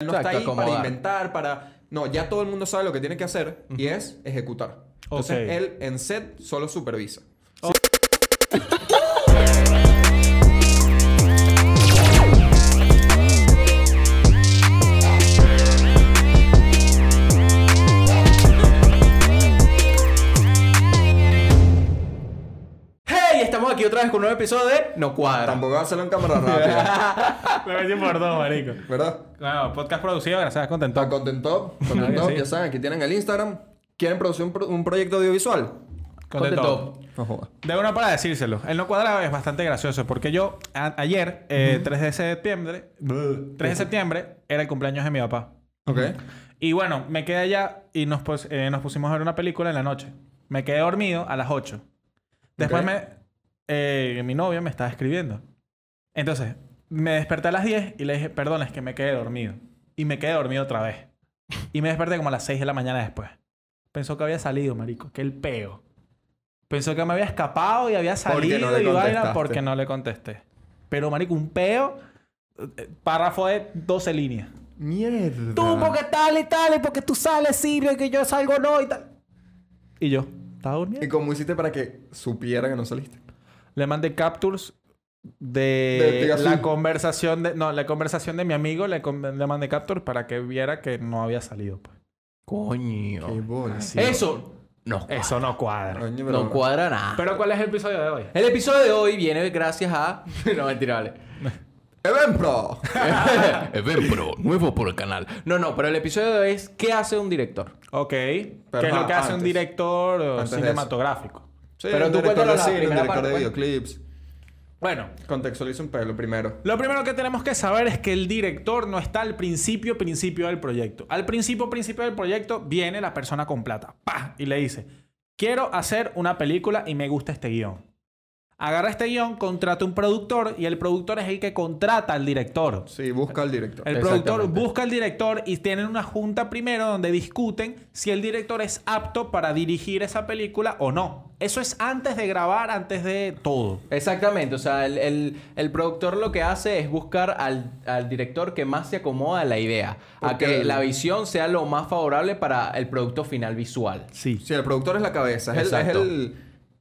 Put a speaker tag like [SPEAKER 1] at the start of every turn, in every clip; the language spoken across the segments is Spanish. [SPEAKER 1] no
[SPEAKER 2] Exacto,
[SPEAKER 1] está ahí para
[SPEAKER 2] acomodar.
[SPEAKER 1] inventar, para... No, ya todo el mundo sabe lo que tiene que hacer y es ejecutar. Entonces,
[SPEAKER 3] Ok.
[SPEAKER 1] él en set solo supervisa.
[SPEAKER 2] ¡Hey! Estamos aquí otra vez con un nuevo episodio de No Cuadra.
[SPEAKER 1] Tampoco va a hacerlo en cámara rápida,
[SPEAKER 3] Me metí por dos, marico.
[SPEAKER 1] ¿verdad?
[SPEAKER 3] Bueno, podcast producido, gracias, contento.
[SPEAKER 1] Está contento, contento,
[SPEAKER 3] Claro que sí.
[SPEAKER 1] ya saben, aquí tienen el Instagram. ¿Quieren producir un, pro- un proyecto audiovisual?
[SPEAKER 3] Contento.
[SPEAKER 1] No joda.
[SPEAKER 3] De una para decírselo. El no cuadrado es bastante gracioso porque yo, a- ayer, eh, 3 de septiembre, 3 de septiembre, era el cumpleaños de mi papá.
[SPEAKER 1] Ok.
[SPEAKER 3] Y bueno, me quedé allá y nos, pus- eh, nos pusimos a ver una película en la noche. Me quedé dormido a las 8. Después
[SPEAKER 1] Ok.
[SPEAKER 3] me, eh, mi novia me estaba escribiendo. Entonces, me desperté a las 10 y le dije, perdón, es que me quedé dormido. Y me quedé dormido otra vez. Y me desperté como a las 6 de la mañana después. Pensó que había salido, marico. Que el peo. Pensó que me había escapado y había salido
[SPEAKER 1] no le
[SPEAKER 3] y vaina
[SPEAKER 1] contestaste.
[SPEAKER 3] porque no le contesté. Pero, marico, un peo. eh, Párrafo de 12 líneas.
[SPEAKER 1] Mierda.
[SPEAKER 3] Tú porque tal y tal, y porque tú sales, Silvio, y que yo salgo no y tal. Y yo, estaba durmiendo.
[SPEAKER 1] ¿Y cómo hiciste para que supiera que no saliste?
[SPEAKER 3] Le mandé captures
[SPEAKER 1] De
[SPEAKER 3] de
[SPEAKER 1] Pegasus.
[SPEAKER 3] la conversación de... No, la conversación de mi amigo le, con- le mandé captures para que viera que no había salido. pues.
[SPEAKER 1] Qué
[SPEAKER 2] Coño.
[SPEAKER 1] bola.
[SPEAKER 2] Eso. No.
[SPEAKER 3] Eso no cuadra.
[SPEAKER 1] Coño, pero-
[SPEAKER 2] No cuadra nada.
[SPEAKER 3] Pero ¿cuál es el episodio de hoy?
[SPEAKER 2] El episodio de hoy viene gracias a. no, mentira, vale.
[SPEAKER 1] ¡Even Pro!
[SPEAKER 2] Event Pro, nuevo por el canal. No, no, pero el episodio de hoy es ¿Qué hace un director?
[SPEAKER 3] Ok. ¿Qué
[SPEAKER 1] Pero,
[SPEAKER 3] es lo
[SPEAKER 1] ajá,
[SPEAKER 3] que hace un
[SPEAKER 1] antes.
[SPEAKER 3] director eh,
[SPEAKER 1] Antes de
[SPEAKER 3] cinematográfico?
[SPEAKER 1] Sí,
[SPEAKER 2] Pero
[SPEAKER 1] un
[SPEAKER 2] tú
[SPEAKER 1] director
[SPEAKER 2] cuéntanos
[SPEAKER 1] de
[SPEAKER 2] la
[SPEAKER 1] cine, un
[SPEAKER 2] primera
[SPEAKER 1] director de
[SPEAKER 2] parte, pues.
[SPEAKER 1] videoclips.
[SPEAKER 3] Bueno,
[SPEAKER 1] Contextualiza un pelo primero.
[SPEAKER 3] Lo primero que tenemos que saber es que el director no está al principio, principio del proyecto. Al principio, principio del proyecto viene la persona con plata. ¡Pah! Y le dice, quiero hacer una película y me gusta este guión. Agarra este guión, contrata un productor y el productor es el que contrata al director.
[SPEAKER 1] Sí, busca al director.
[SPEAKER 3] El productor
[SPEAKER 2] Exactamente.
[SPEAKER 3] busca al director y tienen una junta primero donde discuten si el director es apto para dirigir esa película o no. Eso es antes de grabar, antes de todo.
[SPEAKER 2] Exactamente, o sea, el, el- el productor lo que hace es buscar al, al director que más se acomoda a la idea, a
[SPEAKER 1] Porque
[SPEAKER 2] que
[SPEAKER 1] el-
[SPEAKER 2] la visión sea lo más favorable para el producto final visual.
[SPEAKER 3] Sí.
[SPEAKER 1] Sí, el productor es la cabeza. Es, el, es
[SPEAKER 2] Exacto.
[SPEAKER 1] el,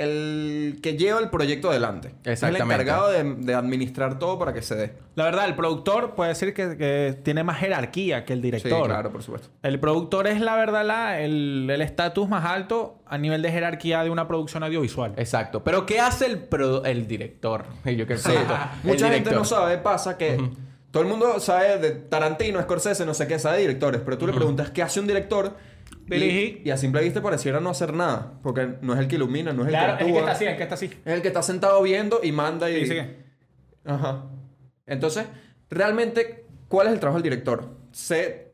[SPEAKER 1] el que lleva el proyecto adelante.
[SPEAKER 2] Exactamente.
[SPEAKER 1] Es el encargado de, de administrar todo para que se dé.
[SPEAKER 3] La verdad, el productor puede decir que, que tiene más jerarquía que el director.
[SPEAKER 1] Sí, claro, por supuesto.
[SPEAKER 3] El productor es, la verdad, la, el el estatus más alto a nivel de jerarquía de una producción audiovisual.
[SPEAKER 2] Exacto, pero ¿qué hace el, pro- el director? Y Yo qué
[SPEAKER 1] Sí.
[SPEAKER 2] pregunto, el
[SPEAKER 1] Mucha gente
[SPEAKER 2] director.
[SPEAKER 1] no sabe, pasa que todo el mundo sabe de Tarantino, Scorsese, no sé qué, sabe de directores, pero tú le preguntas qué hace un director. y-
[SPEAKER 3] Dirigí.
[SPEAKER 1] Y, a simple vista pareciera no hacer nada, porque no es el que ilumina, no es el
[SPEAKER 3] Claro,
[SPEAKER 1] que
[SPEAKER 3] es que
[SPEAKER 1] actúa.
[SPEAKER 3] está así, es que está así.
[SPEAKER 1] Es el que está sentado viendo y manda y...
[SPEAKER 3] Y sigue.
[SPEAKER 1] Ajá. Entonces, realmente, ¿cuál es el trabajo del director? Se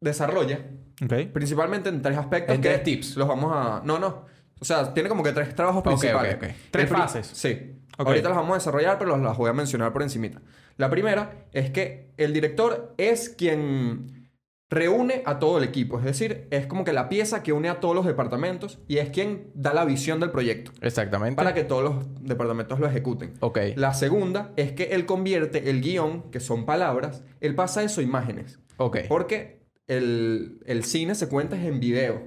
[SPEAKER 1] desarrolla
[SPEAKER 3] Ok.
[SPEAKER 1] principalmente en tres aspectos.
[SPEAKER 2] En
[SPEAKER 1] que
[SPEAKER 2] tres tips.
[SPEAKER 1] Los vamos a... No, no. O sea, tiene como que tres trabajos
[SPEAKER 2] ok,
[SPEAKER 1] principales.
[SPEAKER 2] ok.
[SPEAKER 3] Tres
[SPEAKER 1] El pri-
[SPEAKER 3] fases.
[SPEAKER 1] Sí.
[SPEAKER 3] Ok.
[SPEAKER 1] Ahorita las vamos a desarrollar, pero las- las voy a mencionar por encimita. La primera es que el director es quien reúne a todo el equipo. Es decir, es como que la pieza que une a todos los departamentos y es quien da la visión del proyecto
[SPEAKER 2] Exactamente.
[SPEAKER 1] para que todos los departamentos lo ejecuten.
[SPEAKER 2] Ok.
[SPEAKER 1] La segunda es que él convierte el guión, que son palabras, él pasa eso a imágenes.
[SPEAKER 2] Ok.
[SPEAKER 1] Porque el, el cine se cuenta es en video,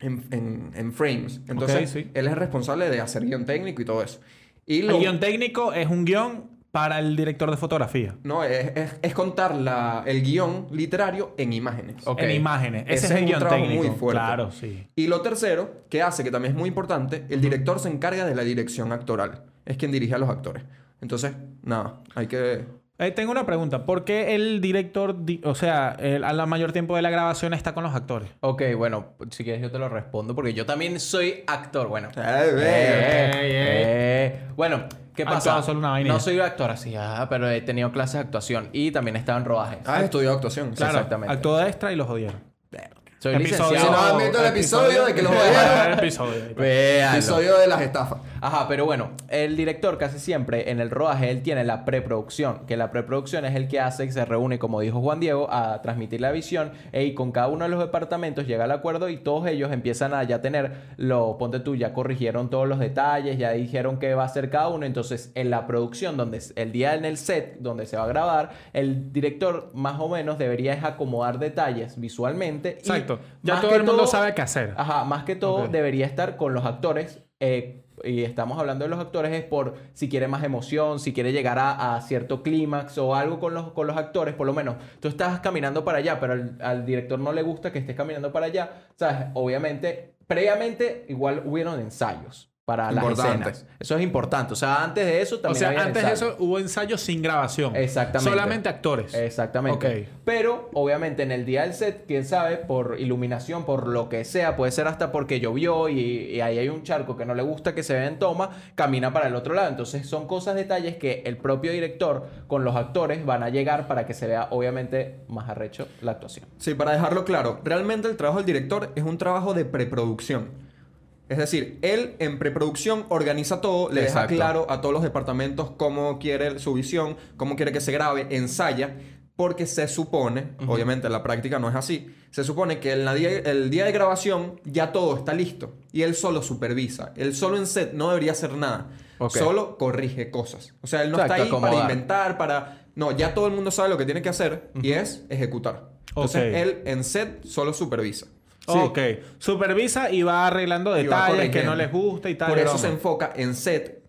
[SPEAKER 1] en, en- en frames. Entonces,
[SPEAKER 3] sí.
[SPEAKER 1] él es el responsable de hacer guión técnico y todo eso. Y
[SPEAKER 3] El
[SPEAKER 1] lo-
[SPEAKER 3] guión técnico es un guión para el director de fotografía.
[SPEAKER 1] No, es, es- es contar la- el guión literario en imágenes.
[SPEAKER 2] Ok.
[SPEAKER 3] En imágenes. Ese,
[SPEAKER 1] Ese
[SPEAKER 3] es
[SPEAKER 1] es
[SPEAKER 3] el
[SPEAKER 1] un
[SPEAKER 3] guión
[SPEAKER 1] trabajo
[SPEAKER 3] técnico.
[SPEAKER 1] muy fuerte.
[SPEAKER 3] Claro, sí.
[SPEAKER 1] Y lo tercero, que hace, que también es muy importante, el director se encarga de la dirección actoral. Es quien dirige a los actores. Entonces, nada, hay que...
[SPEAKER 3] Eh, tengo una pregunta. ¿Por qué el director, di- o sea, el, a la mayor tiempo de la grabación está con los actores?
[SPEAKER 2] Ok, bueno, si quieres yo te lo respondo porque yo también soy actor. Bueno.
[SPEAKER 1] ¡Ay,
[SPEAKER 2] Eh,
[SPEAKER 3] ey,
[SPEAKER 2] eh. Bueno, ¿qué
[SPEAKER 3] Actuado
[SPEAKER 2] pasa?
[SPEAKER 3] solo una vaina.
[SPEAKER 2] no soy actor así, ah, pero he tenido clases de actuación y también he estado en rodajes.
[SPEAKER 1] Ah, estudió actuación.
[SPEAKER 3] Claro.
[SPEAKER 2] Exactamente.
[SPEAKER 3] Actuó de extra y los jodieron.
[SPEAKER 2] Sí, Soy
[SPEAKER 3] Episodio.
[SPEAKER 2] licenciado.
[SPEAKER 3] Si
[SPEAKER 1] no han visto el episodio de que los
[SPEAKER 3] El
[SPEAKER 1] jodieron.
[SPEAKER 3] episodio.
[SPEAKER 2] Véanlo.
[SPEAKER 1] Episodio de las estafas.
[SPEAKER 2] Ajá, pero bueno, el director casi siempre en el rodaje él tiene la preproducción, que la preproducción es el que hace que se reúne, como dijo Juan Diego, a transmitir la visión e- y con cada uno de los departamentos llega al acuerdo y todos ellos empiezan a ya tener lo, ponte tú, ya corrigieron todos los detalles, ya dijeron qué va a hacer cada uno, entonces en la producción, donde es- el día en el set donde se va a grabar, el director más o menos debería es acomodar detalles visualmente. y
[SPEAKER 3] Exacto. Ya
[SPEAKER 2] más
[SPEAKER 3] todo
[SPEAKER 2] que
[SPEAKER 3] el mundo sabe qué hacer.
[SPEAKER 2] Ajá, más que todo
[SPEAKER 3] Ok.
[SPEAKER 2] debería estar con los actores. eh, y estamos hablando de los actores es por si quiere más emoción, si quiere llegar a, a cierto clímax o algo con los, con los actores, por lo menos. Tú estás caminando para allá, pero al, al director no le gusta que estés caminando para allá. ¿Sabes? Obviamente, previamente igual hubieron ensayos para
[SPEAKER 1] Importante.
[SPEAKER 2] las escenas. Eso es importante. O sea, antes de eso
[SPEAKER 3] O
[SPEAKER 2] también
[SPEAKER 3] sea,
[SPEAKER 2] había
[SPEAKER 3] antes de
[SPEAKER 2] ensayos.
[SPEAKER 3] eso hubo ensayos sin grabación.
[SPEAKER 2] Exactamente.
[SPEAKER 3] Solamente actores.
[SPEAKER 2] Exactamente.
[SPEAKER 3] Ok.
[SPEAKER 2] Pero, obviamente, en el día del set, quién sabe, por iluminación, por lo que sea, puede ser hasta porque llovió y, y ahí hay un charco que no le gusta que se vea en toma, camina para el otro lado. Entonces, son cosas, detalles que el propio director con los actores van a llegar para que se vea, obviamente, más arrecho la actuación.
[SPEAKER 1] Sí, para dejarlo claro, realmente el trabajo del director es un trabajo de preproducción. Es decir, él en preproducción organiza todo, le
[SPEAKER 2] Exacto.
[SPEAKER 1] deja claro a todos los departamentos cómo quiere su visión, cómo quiere que se grabe, ensaya, porque se supone, obviamente en la práctica no es así, se supone que en la día- el día de grabación ya todo está listo y él solo supervisa, él solo en set no debería hacer nada,
[SPEAKER 2] Ok.
[SPEAKER 1] solo corrige cosas. O sea, él no está
[SPEAKER 2] Exacto,
[SPEAKER 1] ahí para
[SPEAKER 2] acomodar.
[SPEAKER 1] inventar, para... No, ya todo el mundo sabe lo que tiene que hacer y es ejecutar. Entonces,
[SPEAKER 3] Ok.
[SPEAKER 1] él en set solo supervisa.
[SPEAKER 3] Ok. Supervisa y va arreglando
[SPEAKER 1] Y va
[SPEAKER 3] detalles que
[SPEAKER 1] corrigiendo.
[SPEAKER 3] no les gusta y tal.
[SPEAKER 1] Por
[SPEAKER 3] y
[SPEAKER 1] eso
[SPEAKER 3] broma.
[SPEAKER 1] se enfoca en set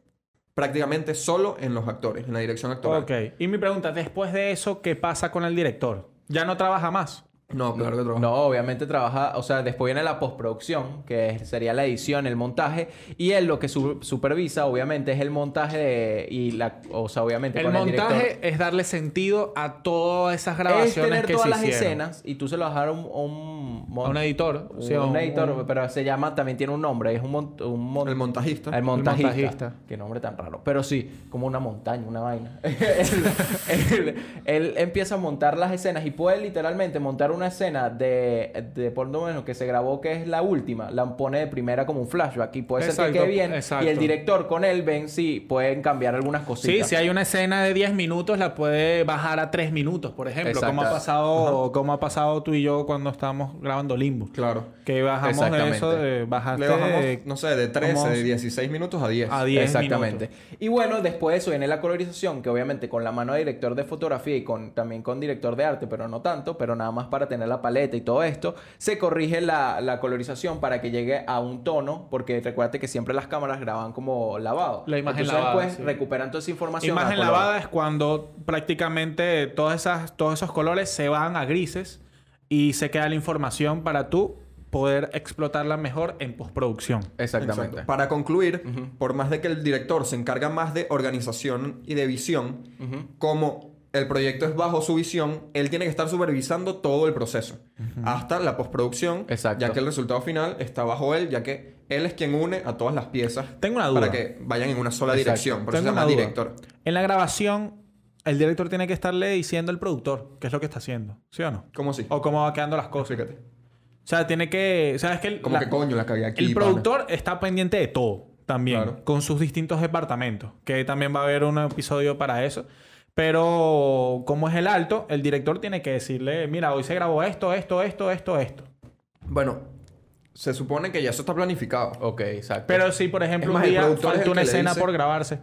[SPEAKER 1] prácticamente solo en los actores, en la dirección actoral.
[SPEAKER 3] Ok. Y mi pregunta, después de eso, ¿qué pasa con el director? Ya no trabaja más.
[SPEAKER 1] No, claro que trabaja.
[SPEAKER 2] No, obviamente trabaja, o sea, después viene la postproducción, que es- sería la edición, el montaje, y él lo que su- supervisa, obviamente, es el montaje de- y la, o sea, obviamente
[SPEAKER 3] El
[SPEAKER 2] con el director.
[SPEAKER 3] montaje es darle sentido a todas esas grabaciones
[SPEAKER 2] es tener
[SPEAKER 3] que
[SPEAKER 2] todas
[SPEAKER 3] se
[SPEAKER 2] las
[SPEAKER 3] hicieron.
[SPEAKER 2] escenas y tú se lo vas a dar a un, a un mon-
[SPEAKER 3] A un editor.
[SPEAKER 2] un
[SPEAKER 3] sí, a
[SPEAKER 2] editor,
[SPEAKER 3] un-
[SPEAKER 2] pero se llama, también tiene un nombre, es un, mon- un mon-
[SPEAKER 1] El montajista.
[SPEAKER 2] el montajista.
[SPEAKER 3] montajista.
[SPEAKER 2] Qué nombre tan raro. Pero sí, como una montaña, una vaina. él, él- él empieza a montar las escenas y puede literalmente montar una escena de, de por lo menos que se grabó, que es la última, la pone de primera como un flashback y puede ser que
[SPEAKER 3] Exacto,
[SPEAKER 2] quede bien. Y el
[SPEAKER 3] exacto.
[SPEAKER 2] director con él ven si pueden cambiar algunas
[SPEAKER 3] Sí,
[SPEAKER 2] cositas.
[SPEAKER 3] si hay una escena de 10 minutos, la puede bajar a 3 minutos, por ejemplo. Como ha
[SPEAKER 2] Exacto.
[SPEAKER 3] pasado, como ha pasado tú y yo cuando estábamos grabando Limbo.
[SPEAKER 1] Claro.
[SPEAKER 3] Que bajamos de eso
[SPEAKER 2] Exactamente.
[SPEAKER 3] de bajaste
[SPEAKER 1] Le bajamos,
[SPEAKER 3] de-
[SPEAKER 1] no sé, de 13,
[SPEAKER 3] como-
[SPEAKER 1] de 16 minutos a 10.
[SPEAKER 3] a 10
[SPEAKER 2] Exactamente.
[SPEAKER 3] minutos.
[SPEAKER 2] Y bueno, después de eso viene la colorización, que obviamente con la mano de director de fotografía y con, también con director de arte, pero no tanto, pero nada más para tener la paleta y todo esto, se corrige la, la colorización para que llegue a un tono, porque recuérdate que siempre las cámaras graban como lavado.
[SPEAKER 3] La imagen
[SPEAKER 2] Entonces,
[SPEAKER 3] lavada,
[SPEAKER 2] después
[SPEAKER 3] sí.
[SPEAKER 2] recuperan toda esa información. a
[SPEAKER 3] Imagen
[SPEAKER 2] color.
[SPEAKER 3] lavada es cuando prácticamente todas esas, todos esos colores se van a grises y se queda la información para tú poder explotarla mejor en postproducción.
[SPEAKER 2] Exactamente.
[SPEAKER 1] Exacto. Para concluir, por más de que el director se encarga más de organización y de visión, como el proyecto es bajo su visión, él tiene que estar supervisando todo el proceso, hasta la postproducción,
[SPEAKER 2] Exacto.
[SPEAKER 1] ya que el resultado final está bajo él, ya que él es quien une a todas las piezas
[SPEAKER 3] Tengo una duda.
[SPEAKER 1] para que vayan en una sola
[SPEAKER 2] Exacto.
[SPEAKER 1] dirección, por eso se
[SPEAKER 3] Tengo
[SPEAKER 1] llama
[SPEAKER 3] una duda.
[SPEAKER 1] director.
[SPEAKER 3] En la grabación, el director tiene que estarle diciendo al productor qué es lo que está haciendo, ¿sí o no?
[SPEAKER 1] ¿Cómo así?
[SPEAKER 3] O cómo va quedando las cosas.
[SPEAKER 1] Explícate.
[SPEAKER 3] O sea, tiene que. ¿Sabes que el-
[SPEAKER 1] Como
[SPEAKER 3] la-
[SPEAKER 1] que coño la cagué aquí.
[SPEAKER 3] El
[SPEAKER 1] pana.
[SPEAKER 3] productor está pendiente de todo también,
[SPEAKER 1] Claro.
[SPEAKER 3] con sus distintos departamentos, que también va a haber un episodio para eso. Pero como es el alto, el director tiene que decirle, mira, hoy se grabó esto, esto, esto, esto, esto.
[SPEAKER 1] Bueno, se supone que ya eso está planificado.
[SPEAKER 2] Ok, exacto.
[SPEAKER 3] Pero si, por ejemplo,
[SPEAKER 1] Es más,
[SPEAKER 3] un
[SPEAKER 1] el
[SPEAKER 3] día
[SPEAKER 1] productor es
[SPEAKER 3] falta
[SPEAKER 1] el
[SPEAKER 3] una
[SPEAKER 1] que le
[SPEAKER 3] escena
[SPEAKER 1] dice-
[SPEAKER 3] por grabarse.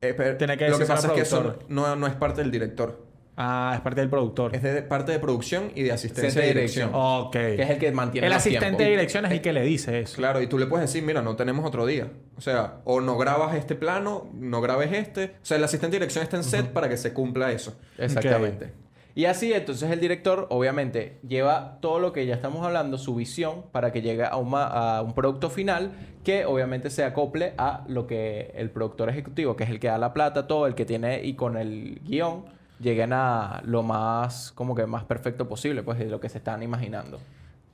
[SPEAKER 1] Eh, pero
[SPEAKER 3] Tiene que
[SPEAKER 1] lo que
[SPEAKER 3] decírselo al
[SPEAKER 1] pasa es que eso
[SPEAKER 3] productor.
[SPEAKER 1] no, no es parte del director.
[SPEAKER 3] Ah, es parte del productor.
[SPEAKER 1] Es de parte de producción y de asistencia
[SPEAKER 2] Asistencia
[SPEAKER 1] de
[SPEAKER 2] de
[SPEAKER 1] dirección.
[SPEAKER 3] Ok.
[SPEAKER 2] que es el que mantiene
[SPEAKER 3] El
[SPEAKER 2] los
[SPEAKER 3] asistente
[SPEAKER 2] tiempos.
[SPEAKER 3] de dirección es el que le dice eso.
[SPEAKER 1] Oh, Claro, y tú le puedes decir, mira, no tenemos otro día. O sea, o no grabas este plano, no grabes este. O sea, el asistente de dirección está en set para que se cumpla eso.
[SPEAKER 2] Exactamente. Y así, entonces el director, obviamente, lleva todo lo que ya estamos hablando, su visión, para que llegue a un, ma- a un producto final que obviamente se acople a lo que el productor ejecutivo, que es el que da la plata, todo, el que tiene y con el guión, lleguen a lo más, como que más perfecto posible, pues de lo que se están imaginando.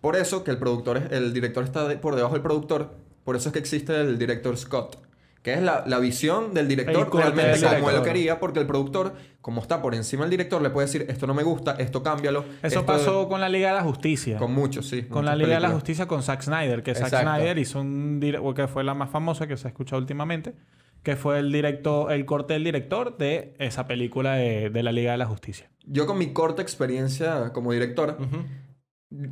[SPEAKER 1] Por eso que el productor, es- el director está de- por debajo del productor. Por eso es que existe el director Scott, que es la, la visión del
[SPEAKER 3] El
[SPEAKER 1] director
[SPEAKER 3] corte
[SPEAKER 1] realmente
[SPEAKER 3] del
[SPEAKER 1] como
[SPEAKER 3] director.
[SPEAKER 1] él lo quería, porque el productor, como está por encima del director, le puede decir, esto no me gusta, esto cámbialo.
[SPEAKER 3] Eso
[SPEAKER 1] esto-
[SPEAKER 3] pasó con la Liga de la Justicia.
[SPEAKER 1] con muchos, sí.
[SPEAKER 3] Con la
[SPEAKER 1] muchas
[SPEAKER 3] Liga de la
[SPEAKER 1] películas.
[SPEAKER 3] Justicia con Zack Snyder, que Zack
[SPEAKER 1] Exacto.
[SPEAKER 3] Snyder hizo un dir- o que fue la más famosa que se ha escuchado últimamente, que fue el directo, el corte del director de esa película de, de la Liga de la Justicia.
[SPEAKER 1] Yo con mi corta experiencia como director,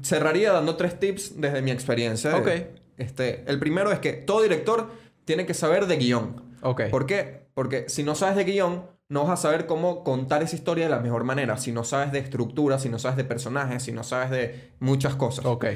[SPEAKER 1] cerraría dando tres tips desde mi experiencia. de-
[SPEAKER 2] Ok.
[SPEAKER 1] Este, el primero es que todo director tiene que saber de guión.
[SPEAKER 2] Ok.
[SPEAKER 1] ¿Por qué? Porque si no sabes de guión, no vas a saber cómo contar esa historia de la mejor manera. Si no sabes de estructura, si no sabes de personajes, si no sabes de muchas cosas.
[SPEAKER 2] Ok.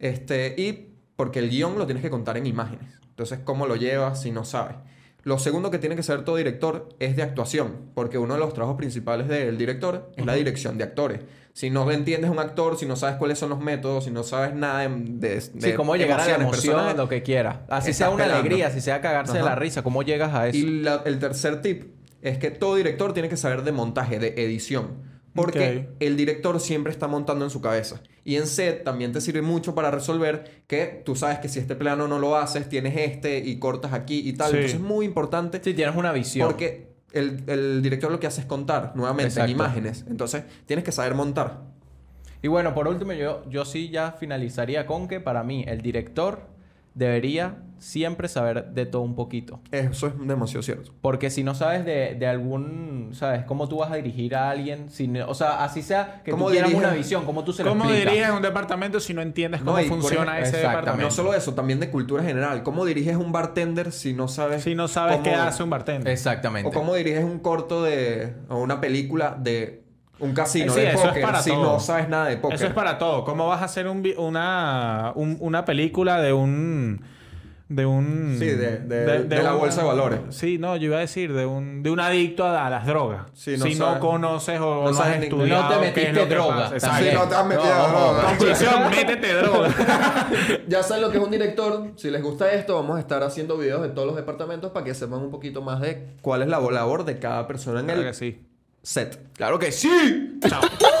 [SPEAKER 1] Este, y porque el guión lo tienes que contar en imágenes. Entonces, ¿cómo lo llevas si no sabes? Lo segundo que tiene que saber todo director es de actuación, porque uno de los trabajos principales del director es la dirección de actores. Si no entiendes a un actor, si no sabes cuáles son los métodos, si no sabes nada de, de,
[SPEAKER 2] Sí,
[SPEAKER 1] de
[SPEAKER 2] cómo llegar a la
[SPEAKER 1] emociones,
[SPEAKER 2] emoción,
[SPEAKER 1] personajes.
[SPEAKER 2] lo que quiera. Así sea
[SPEAKER 1] Estás
[SPEAKER 2] una
[SPEAKER 1] pelando.
[SPEAKER 2] alegría, así sea cagarse de
[SPEAKER 1] Ajá.
[SPEAKER 2] la risa, ¿cómo llegas a eso?
[SPEAKER 1] Y la- el tercer tip es que todo director tiene que saber de montaje, de edición. Porque
[SPEAKER 3] Ok.
[SPEAKER 1] el director siempre está montando en su cabeza. Y en set también te sirve mucho para resolver que tú sabes que si este plano no lo haces, tienes este y cortas aquí y tal.
[SPEAKER 3] Sí.
[SPEAKER 1] Entonces es muy importante
[SPEAKER 2] Si tienes una visión.
[SPEAKER 1] porque el, el director lo que hace es contar nuevamente
[SPEAKER 2] Exacto.
[SPEAKER 1] en imágenes. Entonces tienes que saber montar.
[SPEAKER 2] Y bueno, por último, yo, yo sí ya finalizaría con que para mí el director debería siempre saber de todo un poquito.
[SPEAKER 1] Eso es demasiado cierto.
[SPEAKER 2] Porque si no sabes de, de algún, ¿sabes? ¿Cómo tú vas a dirigir a alguien? Si no- o sea, así sea que tú
[SPEAKER 1] ¿Cómo
[SPEAKER 2] quieras
[SPEAKER 1] diriges?
[SPEAKER 2] una visión, ¿cómo tú se lo
[SPEAKER 3] ¿Cómo
[SPEAKER 2] explicas?
[SPEAKER 3] diriges un departamento si no entiendes
[SPEAKER 1] No,
[SPEAKER 3] cómo
[SPEAKER 1] y por
[SPEAKER 3] funciona
[SPEAKER 2] ejemplo-
[SPEAKER 3] ese
[SPEAKER 2] Exacto.
[SPEAKER 3] departamento?
[SPEAKER 1] No solo eso, también de cultura general. ¿Cómo diriges un bartender si no sabes
[SPEAKER 3] si no sabes
[SPEAKER 1] cómo-
[SPEAKER 3] qué hace un bartender.
[SPEAKER 2] Exactamente.
[SPEAKER 1] O cómo diriges un corto de... o una película de un casino
[SPEAKER 3] Eh, sí,
[SPEAKER 1] de
[SPEAKER 3] eso es
[SPEAKER 1] póker
[SPEAKER 3] para
[SPEAKER 1] si
[SPEAKER 3] todo.
[SPEAKER 1] no sabes nada de póker.
[SPEAKER 3] Eso es para todo. ¿Cómo vas a hacer un vi- una, un- una película de un... De un...
[SPEAKER 1] Sí, de- de- de la
[SPEAKER 3] una-
[SPEAKER 1] bolsa de valores.
[SPEAKER 3] Sí, no, yo iba a decir de un, de un adicto a, a las drogas.
[SPEAKER 1] Sí, no
[SPEAKER 3] si no
[SPEAKER 1] sabes-
[SPEAKER 3] conoces o no,
[SPEAKER 1] sabes
[SPEAKER 3] has
[SPEAKER 1] ni-
[SPEAKER 3] estudiado
[SPEAKER 2] no te
[SPEAKER 3] qué
[SPEAKER 2] metiste
[SPEAKER 3] es lo que
[SPEAKER 2] droga,
[SPEAKER 3] pasa.
[SPEAKER 2] también.
[SPEAKER 3] Exacto.
[SPEAKER 2] no te has metido, no, no.
[SPEAKER 3] Conclusión, métete droga.
[SPEAKER 1] Ya saben lo que es un director. Si les gusta esto, vamos a estar haciendo videos de todos los departamentos para que sepan un poquito más de cuál es la labor de cada persona en
[SPEAKER 3] Claro
[SPEAKER 1] el
[SPEAKER 3] que sí.
[SPEAKER 1] set.
[SPEAKER 2] Claro que sí.
[SPEAKER 3] Chao.